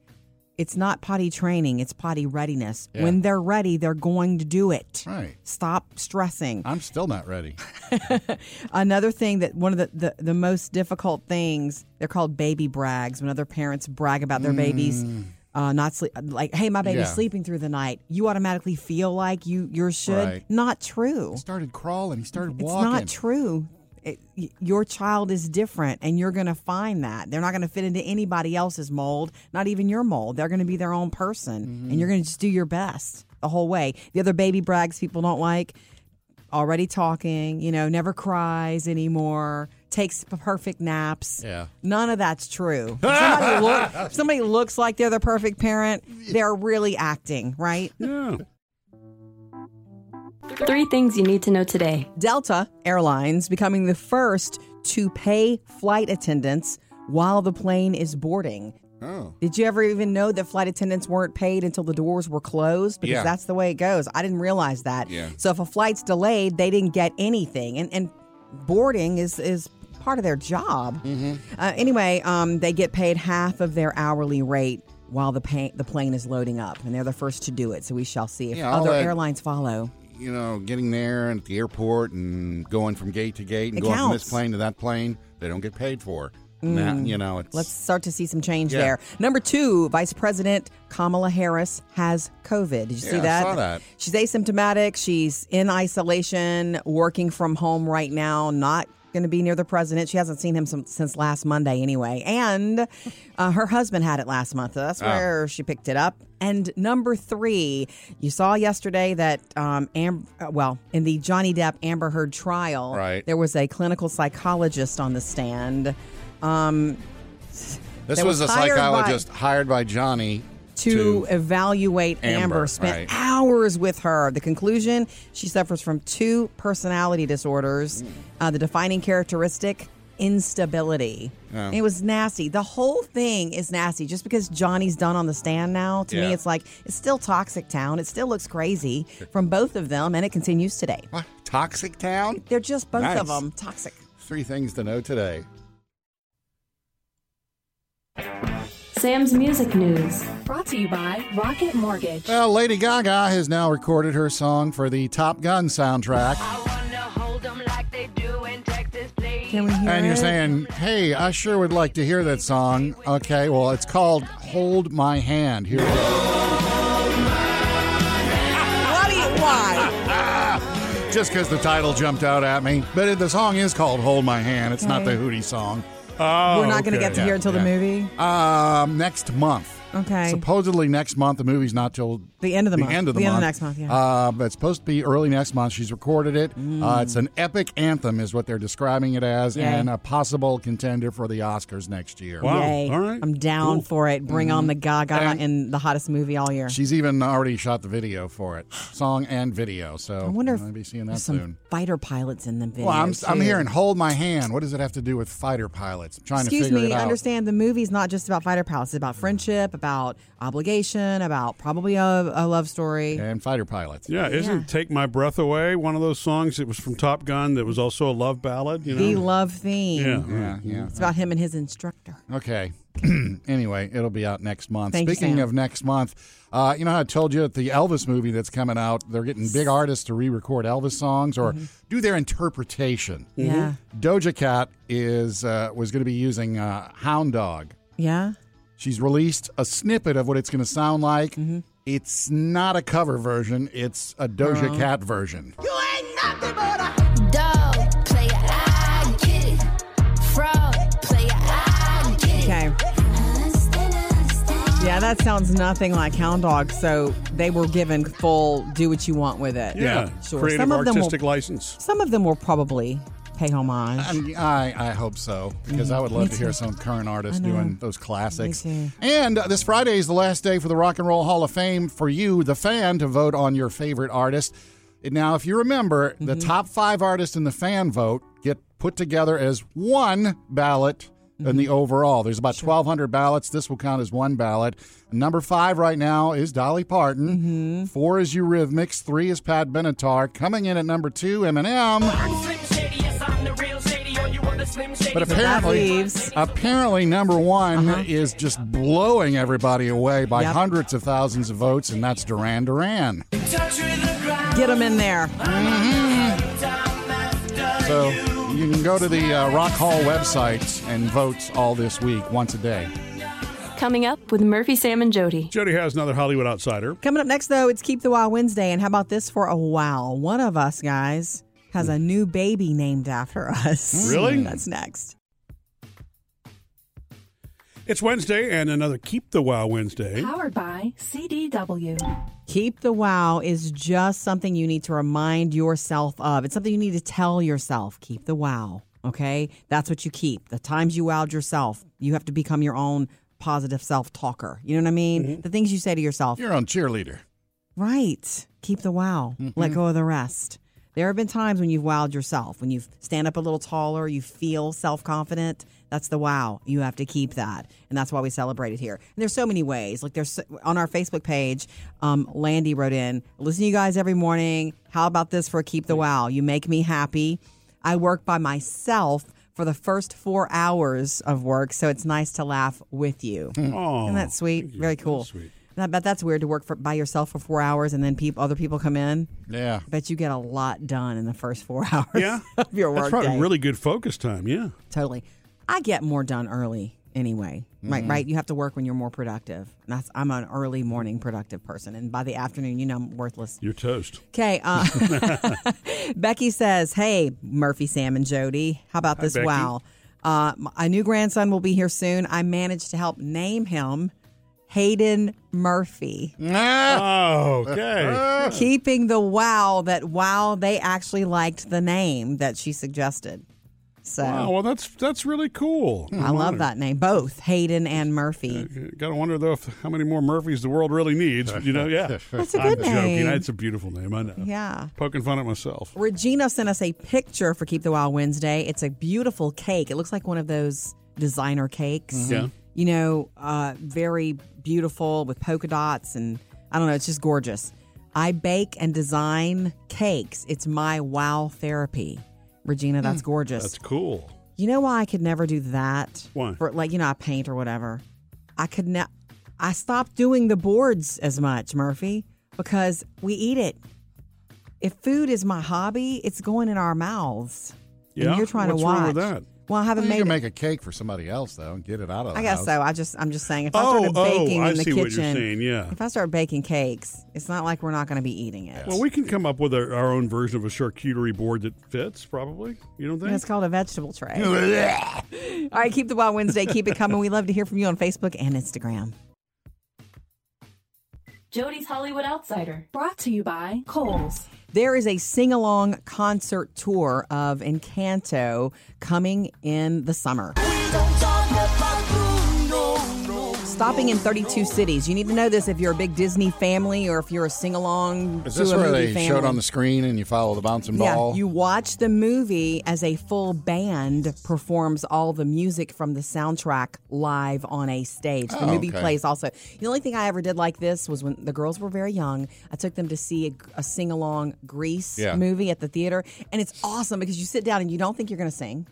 Speaker 2: "It's not potty training, it's potty readiness.
Speaker 5: Yeah.
Speaker 2: When they're ready, they're going to do it."
Speaker 5: Right.
Speaker 2: Stop stressing.
Speaker 5: I'm still not ready.
Speaker 2: Another thing that one of the, the, the most difficult things, they're called baby brags when other parents brag about their babies
Speaker 5: Mm.
Speaker 2: uh, not sleep like, hey, my baby's
Speaker 5: Yeah.
Speaker 2: sleeping through the night. You automatically feel like you yours should.
Speaker 5: Right.
Speaker 2: Not true.
Speaker 5: started crawling. He started
Speaker 2: It's
Speaker 5: walking.
Speaker 2: not true. It, y- your child is different, and you're going to find that they're not going to fit into anybody else's mold, not even your mold. They're going to be their own person, and you're going to just do your best the whole way. The other baby brags people don't like already talking, you know, never cries anymore, takes p- perfect naps.
Speaker 5: Yeah.
Speaker 2: None of that's
Speaker 5: (laughs)
Speaker 2: true. If somebody, look, if somebody looks like they're the perfect parent, they're really acting, right?
Speaker 1: Yeah.
Speaker 3: Three things you need to know today.
Speaker 2: Delta Airlines becoming the first to pay flight attendants while the plane is boarding.
Speaker 5: Oh.
Speaker 2: Did you ever even know that flight attendants weren't paid until the doors were closed? Because
Speaker 13: Yeah.
Speaker 2: that's the way it goes. I didn't realize that.
Speaker 13: Yeah.
Speaker 2: So if a flight's delayed, they didn't get anything. And and boarding is is part of their job.
Speaker 13: Mm-hmm.
Speaker 2: Uh, anyway, um, they get paid half of their hourly rate while the pa- the plane is loading up, and they're the first to do it. So we shall see if
Speaker 5: Yeah, all
Speaker 2: other
Speaker 5: that-
Speaker 2: airlines follow.
Speaker 5: You know, getting there and at the airport and going from gate to gate and
Speaker 2: It
Speaker 5: going from
Speaker 2: counts.
Speaker 5: this plane to that plane, they don't get paid for.
Speaker 2: Mm.
Speaker 5: Now, you know, it's
Speaker 2: Let's start to see some change
Speaker 5: Yeah.
Speaker 2: there. Number two, Vice President Kamala Harris has COVID. Did you see
Speaker 5: Yeah, I
Speaker 2: that?
Speaker 5: saw that.
Speaker 2: She's asymptomatic. She's in isolation, working from home right now, not going to be near the president. She hasn't seen him some, since last Monday, anyway. And uh, her husband had it last month. So that's
Speaker 13: Oh.
Speaker 5: Ah.
Speaker 2: where she picked it up. And number three, you saw yesterday that, um, Am- uh, well, in the Johnny Depp Amber Heard trial,
Speaker 5: Right.
Speaker 2: there was a clinical psychologist on the stand. Um,
Speaker 5: this
Speaker 2: that
Speaker 5: was, a
Speaker 2: hired by-
Speaker 5: psychologist hired by Johnny
Speaker 2: to evaluate Amber,
Speaker 5: Amber,
Speaker 2: spent
Speaker 5: right.
Speaker 2: hours with her. The conclusion she suffers from two personality disorders. Uh, the defining characteristic instability.
Speaker 13: Oh.
Speaker 2: It was nasty. The whole thing is nasty. Just because Johnny's done on the stand now, to me,
Speaker 13: Yeah.
Speaker 2: it's like it's still Toxic Town. It still looks crazy from both of them, and it continues today.
Speaker 5: What? Toxic Town?
Speaker 2: They're just both of
Speaker 5: Nice.
Speaker 2: them toxic.
Speaker 5: Three Things to Know Today.
Speaker 3: Sam's Music News.
Speaker 6: Brought to you by Rocket Mortgage.
Speaker 5: Well, Lady Gaga has now recorded her song for the Top Gun soundtrack.
Speaker 2: Can we hear
Speaker 5: and you're
Speaker 2: it?
Speaker 5: saying, hey, I sure would like to hear that song. Okay, well, it's called Hold My Hand. Here it is.
Speaker 2: Why do you- why?
Speaker 5: Just because the title jumped out at me. But it, the song is called Hold My Hand. It's not the
Speaker 2: Okay.
Speaker 5: Hootie song.
Speaker 2: (laughs)
Speaker 5: Oh,
Speaker 2: We're not going to get to hear until the movie.
Speaker 5: Um, next month.
Speaker 2: Okay.
Speaker 5: Supposedly next month. The movie's not till
Speaker 2: The end of the
Speaker 5: the
Speaker 2: month.
Speaker 5: end of the
Speaker 2: the
Speaker 5: month.
Speaker 2: next month. Yeah.
Speaker 5: Uh, but it's supposed to be early next month. She's recorded it. Uh, it's an epic anthem, is what they're describing it as,
Speaker 2: Mm. Yay.
Speaker 5: and a possible contender for the Oscars next year.
Speaker 2: Yay. I'm down for it. Bring on the Gaga
Speaker 5: Mm-hmm. And-
Speaker 2: in the hottest movie all year.
Speaker 5: She's even already shot the video for it, song and video. So
Speaker 2: I wonder if
Speaker 5: I'll be seeing that
Speaker 2: there's some
Speaker 5: soon.
Speaker 2: fighter pilots in the video.
Speaker 5: Well, I'm, I'm
Speaker 2: too.
Speaker 5: hearing "Hold My Hand." What does it have to do with fighter pilots? I'm trying
Speaker 2: Excuse
Speaker 5: to figure
Speaker 2: me.
Speaker 5: it out.
Speaker 2: Understand the movie's not just about fighter pilots. It's about friendship, about obligation, about probably a, a love story.
Speaker 5: (laughs) And fighter pilots.
Speaker 1: Yeah, isn't Take My Breath Away one of those songs that was from Top Gun that was also a love ballad? You know?
Speaker 2: The love theme.
Speaker 1: Yeah.
Speaker 5: Yeah, yeah.
Speaker 2: It's about him and his instructor.
Speaker 5: Okay. (clears throat) anyway, it'll be out next month.
Speaker 2: Thank you,
Speaker 5: Speaking
Speaker 2: Sam.
Speaker 5: of next month, uh, you know how I told you that the Elvis movie that's coming out, they're getting big artists to re-record Elvis songs or do their interpretation.
Speaker 2: Mm-hmm. Yeah.
Speaker 5: Doja Cat is uh, was going to be using uh, Hound Dog.
Speaker 2: Yeah. Mm-hmm.
Speaker 5: She's released a snippet of what it's going to sound like. It's not a cover version. It's a Doja
Speaker 13: No.
Speaker 5: Cat version.
Speaker 13: You ain't nothing but a dog player. I get it. Frog player. I get it.
Speaker 2: Okay. Yeah, that sounds nothing like Hound Dog. So they were given full do what you want with it.
Speaker 1: Yeah,
Speaker 2: sure.
Speaker 1: creative
Speaker 2: Some of them
Speaker 1: artistic
Speaker 2: will,
Speaker 1: license.
Speaker 2: Some of them will probably pay homage.
Speaker 5: And I, I hope so because I would
Speaker 2: Mhm.
Speaker 5: love
Speaker 2: Me
Speaker 5: to hear
Speaker 2: too.
Speaker 5: some current artists
Speaker 2: I know.
Speaker 5: doing those classics.
Speaker 2: Me
Speaker 5: And uh, this Friday is the last day for the Rock and Roll Hall of Fame for you, the fan, to vote on your favorite artist. Now, if you remember, the
Speaker 2: Mm-hmm.
Speaker 5: top five artists in the fan vote get put together as one ballot in
Speaker 2: Mm-hmm.
Speaker 5: the overall. There's about 1,200 ballots. This will count as one ballot. Number five right now is Dolly Parton.
Speaker 2: Mm-hmm.
Speaker 5: Four is Eurythmics. Three is Pat Benatar. Coming in at number two, Eminem. But apparently, apparently, number one is just blowing everybody away by
Speaker 2: Uh-huh. Yep.
Speaker 5: hundreds of thousands of votes, and that's Duran Duran.
Speaker 2: Get them in there.
Speaker 5: So you can go to the uh, Rock Hall website and vote all this week, once a day.
Speaker 3: Coming up with Murphy, Sam, and Jody.
Speaker 1: Jody has another Hollywood outsider.
Speaker 2: Coming up next, though, it's Keep the Wild Wednesday. And how about this for a while? One of us, guys, has a new baby named after us.
Speaker 1: Really?
Speaker 2: (laughs) That's next.
Speaker 1: It's Wednesday and another Keep the Wow Wednesday.
Speaker 6: Powered by CDW.
Speaker 2: Keep the wow is just something you need to remind yourself of. It's something you need to tell yourself. Keep the wow. Okay? That's what you keep. The times you wowed yourself, you have to become your own positive self talker. You know what I mean? The things you say to yourself.
Speaker 5: You're on cheerleader.
Speaker 2: Right. Keep the wow. Let go of the rest. There have been times when you've wowed yourself, when you stand up a little taller, you feel self confident. That's the wow. You have to keep that. And that's why we celebrate it here. And there's so many ways. Like there's on our Facebook page, um, Landy wrote in, listen to you guys every morning. How about this for a keep the wow? You make me happy. I work by myself for the first four hours of work, so it's nice to laugh with you.
Speaker 1: Aw.
Speaker 2: Isn't that sweet? Very cool.
Speaker 1: sweet.
Speaker 2: And I bet that's weird to work for, by yourself for four hours and then peop, other people come in.
Speaker 5: Yeah.
Speaker 2: I bet you get a lot done in the first four (laughs) hours
Speaker 1: Yeah.
Speaker 2: of your
Speaker 1: That's
Speaker 2: work
Speaker 1: probably
Speaker 2: day.
Speaker 1: really good focus time. Yeah.
Speaker 2: Totally. I get more done early anyway. Right,
Speaker 1: Mhm.
Speaker 2: right. You have to work when you're more productive. And that's, I'm an early morning productive person. And by the afternoon, you know I'm worthless.
Speaker 1: You're
Speaker 2: (laughs)
Speaker 1: toast.
Speaker 2: Okay. Uh, Becky says, Hey, Murphy, Sam, and Jody, how about
Speaker 1: Hi,
Speaker 2: this?
Speaker 1: Becky.
Speaker 2: Wow. Uh, m- a new grandson will be here soon. I managed to help name him Hayden Murphy.
Speaker 1: Mm. Oh,
Speaker 2: (laughs)
Speaker 1: okay.
Speaker 2: Keeping the wow that wow, they actually liked the name that she suggested. So
Speaker 1: Wow, well, that's that's really cool.
Speaker 2: I love that name, both Hayden and Murphy.
Speaker 1: Got to wonder though if, how many more Murphys the world really needs. You
Speaker 2: (laughs)
Speaker 1: know, yeah.
Speaker 2: That's a
Speaker 1: I'm
Speaker 2: good name.
Speaker 1: joking. It's a beautiful name. I know.
Speaker 2: Yeah.
Speaker 1: Poking fun at myself.
Speaker 2: Regina sent us a picture for Keep the Wild Wednesday. It's a beautiful cake. It looks like one of those designer cakes.
Speaker 1: Mhm. Yeah.
Speaker 2: You know, uh, very beautiful with polka dots and I don't know, it's just gorgeous. I bake and design cakes. It's my wow therapy. Regina, that's gorgeous.
Speaker 1: That's cool.
Speaker 2: You know why I could never do that?
Speaker 1: Why?
Speaker 2: For like you know, I paint or whatever. I could not. I stopped doing the boards as much, Murphy, because we eat it. If food is my hobby, it's going in our mouths.
Speaker 5: Yeah?
Speaker 2: And you're trying
Speaker 5: What's
Speaker 2: to
Speaker 5: wrong
Speaker 2: watch.
Speaker 5: with that?
Speaker 2: Well, I haven't
Speaker 5: you
Speaker 2: made.
Speaker 5: can make a cake for somebody else though and get it out of. The
Speaker 2: I guess
Speaker 5: house.
Speaker 2: so. I just I'm just saying if I
Speaker 1: Oh,
Speaker 2: started
Speaker 1: oh,
Speaker 2: baking
Speaker 1: I
Speaker 2: in the
Speaker 1: see
Speaker 2: kitchen,
Speaker 1: what you're saying, yeah.
Speaker 2: If I start baking cakes, it's not like we're not going to be eating it.
Speaker 1: Well, we can come up with our, our own version of a charcuterie board that fits. Probably. You don't think?
Speaker 2: It's called a vegetable tray. (laughs) All right, keep the wild Wednesday. Keep it coming. We love to hear from you on Facebook and Instagram.
Speaker 3: Jody's Hollywood Outsider.
Speaker 6: Brought to you by Kohl's.
Speaker 2: There is a sing along concert tour of Encanto coming in the summer. Stopping in 32 cities. You need to know this if you're a big Disney family or if you're a sing along.
Speaker 5: Is this
Speaker 2: a
Speaker 5: where
Speaker 2: movie
Speaker 5: they
Speaker 2: family.
Speaker 5: showed on the screen and you follow the bouncing ball?
Speaker 2: Yeah, you watch the movie as a full band performs all the music from the soundtrack live on a stage. The
Speaker 13: Oh,
Speaker 2: movie
Speaker 13: okay.
Speaker 2: plays also. The only thing I ever did like this was when the girls were very young. I took them to see a, a sing along Grease
Speaker 13: Yeah.
Speaker 2: movie at the theater, and it's awesome because you sit down and you don't think you're going to sing.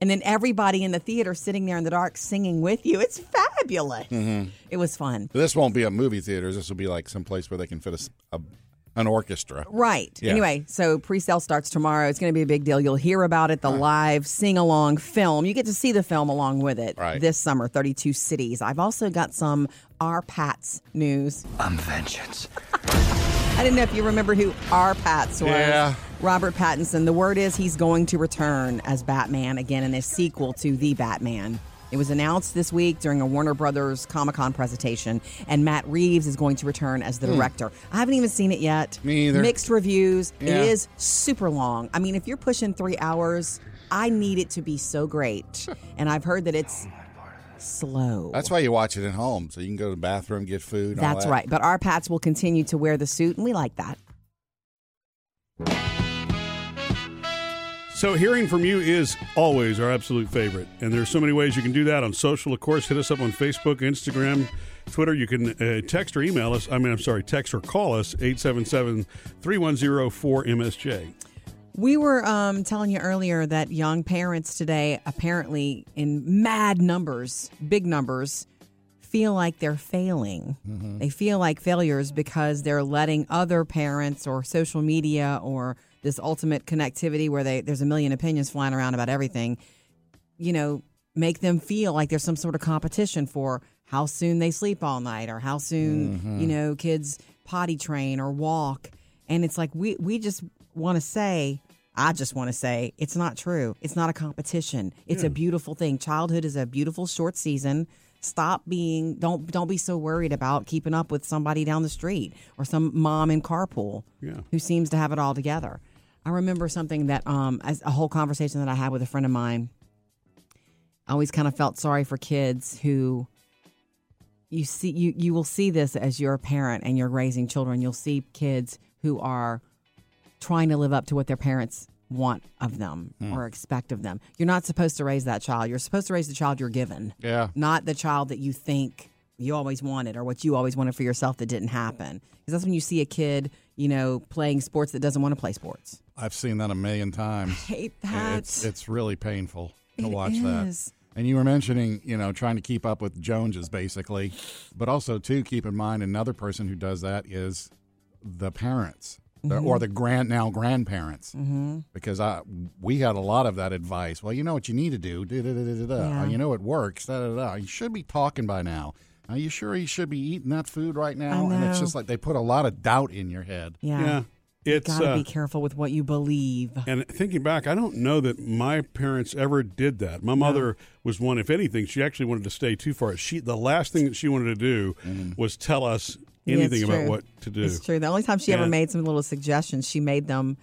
Speaker 2: And then everybody in the theater sitting there in the dark singing with you. It's fabulous.
Speaker 5: Mhm.
Speaker 13: Mm-hmm.
Speaker 2: It was fun.
Speaker 5: This won't be a movie theaters. This will be like some place where they can fit a s- a, an orchestra.
Speaker 2: Right.
Speaker 5: Yeah.
Speaker 2: Anyway, so pre-sale starts tomorrow. It's going to be a big deal. You'll hear about it. The live sing-along film. You get to see the film along with it
Speaker 14: Right.
Speaker 2: this summer. Thirty-two cities. I've also got some R. Pat's news.
Speaker 14: I'm vengeance.
Speaker 2: I didn't know if you remember who R. Pat's was.
Speaker 14: Yeah.
Speaker 2: Robert Pattinson. The word is he's going to return as Batman again in a sequel to The Batman. It was announced this week during a Warner Brothers Comic Con presentation, and Matt Reeves is going to return as the
Speaker 5: Hmm.
Speaker 2: director. I haven't even seen it yet.
Speaker 5: Me either.
Speaker 2: Mixed reviews.
Speaker 5: Yeah.
Speaker 2: It is super long. I mean, if you're pushing three hours, I need it to be so
Speaker 5: (laughs)
Speaker 2: great. and I've heard that it's slow.
Speaker 5: That's why you watch it at home, so you can go to the bathroom, get food. and all
Speaker 2: That's
Speaker 5: that.
Speaker 2: right. But our Pats will continue to wear the suit, and we like that.
Speaker 1: So, hearing from you is always our absolute favorite. And there's so many ways you can do that on social. Of course, hit us up on Facebook, Instagram, Twitter. You can uh, text or email us. I mean, I'm sorry, text or call us 877 310 4MSJ.
Speaker 2: We were um, telling you earlier that young parents today, apparently in mad numbers, big numbers, feel like they're failing. They feel like failures because they're letting other parents or social media or this ultimate connectivity where they there's a million opinions flying around about everything, you know, make them feel like there's some sort of competition for how soon they sleep all night or how soon,
Speaker 15: Mhm.
Speaker 2: you know, kids potty train or walk. And it's like we we just want to say I just want to say it's not true. It's not a competition. It's
Speaker 16: Yeah.
Speaker 2: a beautiful thing. Childhood is a beautiful short season. Stop being don't don't be so worried about keeping up with somebody down the street or some mom in carpool
Speaker 1: Yeah.
Speaker 2: who seems to have it all together. I remember something that um as a whole conversation that I had with a friend of mine. I always kind of felt sorry for kids who you see you you will see this as you're a parent and you're raising children. You'll see kids who are trying to live up to what their parents want of them
Speaker 5: Hmm.
Speaker 2: or expect of them. You're not supposed to raise that child. You're supposed to raise the child you're given.
Speaker 5: Yeah.
Speaker 2: Not the child that you think you always wanted or what you always wanted for yourself that didn't happen. Because that's when you see a kid, you know, playing sports that doesn't want to play sports.
Speaker 5: I've seen that a million times.
Speaker 2: hate that.
Speaker 5: It's, it's really painful to
Speaker 2: It
Speaker 5: watch
Speaker 2: is.
Speaker 5: that. And you were mentioning, you know, trying to keep up with Joneses basically, but also too keep in mind another person who does that is the parents the- or
Speaker 2: Mm-hmm.
Speaker 17: Mhm.
Speaker 5: the grand now grandparents.
Speaker 17: Mhm.
Speaker 5: Because I we had a lot of that advice. Well, you know what you need to do. Da, da, da, da, da, da.
Speaker 17: Yeah.
Speaker 5: You know it works. Da, da, da. You should be talking by now. Are you sure you should be eating that food right now? And it's
Speaker 2: know.
Speaker 5: just like they put a lot of doubt in your head.
Speaker 2: Yeah.
Speaker 1: Yeah.
Speaker 2: You
Speaker 1: It's,
Speaker 2: gotta
Speaker 1: uh,
Speaker 2: be careful with what you believe.
Speaker 1: And thinking back, I don't know that my parents ever did that. My mother was one, if anything, she actually wanted to stay too far. She the last thing that she wanted to do was tell us
Speaker 2: Mm. Yeah, it's
Speaker 1: anything about
Speaker 2: true.
Speaker 1: what to do.
Speaker 2: It's true. The only time she ever
Speaker 1: And-
Speaker 2: made some little suggestions, she made them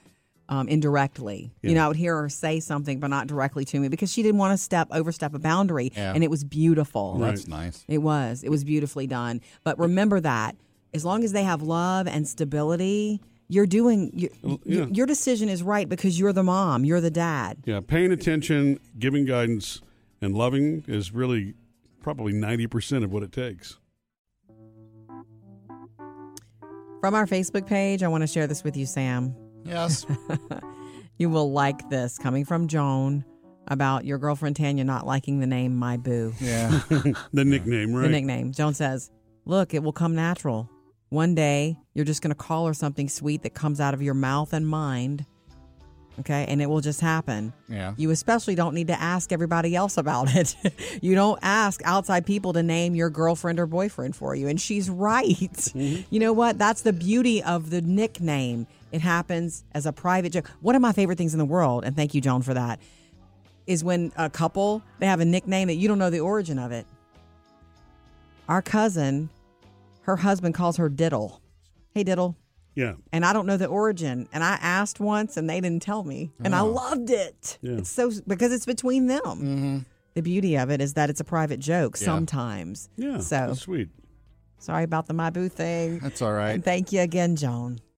Speaker 2: um, indirectly. You
Speaker 1: Yeah.
Speaker 2: know, I would hear her say something, but not directly to me because she didn't want to step overstep a boundary,
Speaker 5: Yeah.
Speaker 2: and it was beautiful.
Speaker 5: Well, that's Right. nice.
Speaker 2: It was. It was beautifully done. But remember that as long as they have love and stability. You're doing you,
Speaker 1: yeah.
Speaker 2: your decision is right because you're the mom, you're the dad.
Speaker 1: Yeah, paying attention, giving guidance, and loving is really probably 90% of what it takes. (laughs)
Speaker 2: From our Facebook page, I want to share this with you, Sam.
Speaker 5: Yes.
Speaker 2: you will like this coming from Joan about your girlfriend Tanya not liking the name My Boo.
Speaker 5: Yeah.
Speaker 1: the nickname, right?
Speaker 2: The nickname. Joan says, Look, it will come natural. One day, you're just going to call her something sweet that comes out of your mouth and mind. Okay. And it will just happen.
Speaker 5: Yeah.
Speaker 2: You especially don't need to ask everybody else about (laughs) it. you don't ask outside people to name your girlfriend or boyfriend for you. And she's right. You know what? That's the beauty of the nickname. It happens as a private joke. One of my favorite things in the world, and thank you, Joan, for that, is when a couple they have a nickname that you don't know the origin of it. Our cousin, her husband calls her Diddle. Hey, Diddle.
Speaker 1: Yeah.
Speaker 2: And I don't know the origin. And I asked once and they didn't tell me. And I
Speaker 1: Oh.
Speaker 2: loved it.
Speaker 1: Yeah. Mm-hmm.
Speaker 2: It's so because it's between them. The beauty of it is that it's a private joke
Speaker 1: Yeah.
Speaker 2: sometimes.
Speaker 1: Yeah.
Speaker 2: So
Speaker 1: that's sweet.
Speaker 2: sorry about the my boo thing.
Speaker 5: That's all right.
Speaker 2: And thank you again, Joan.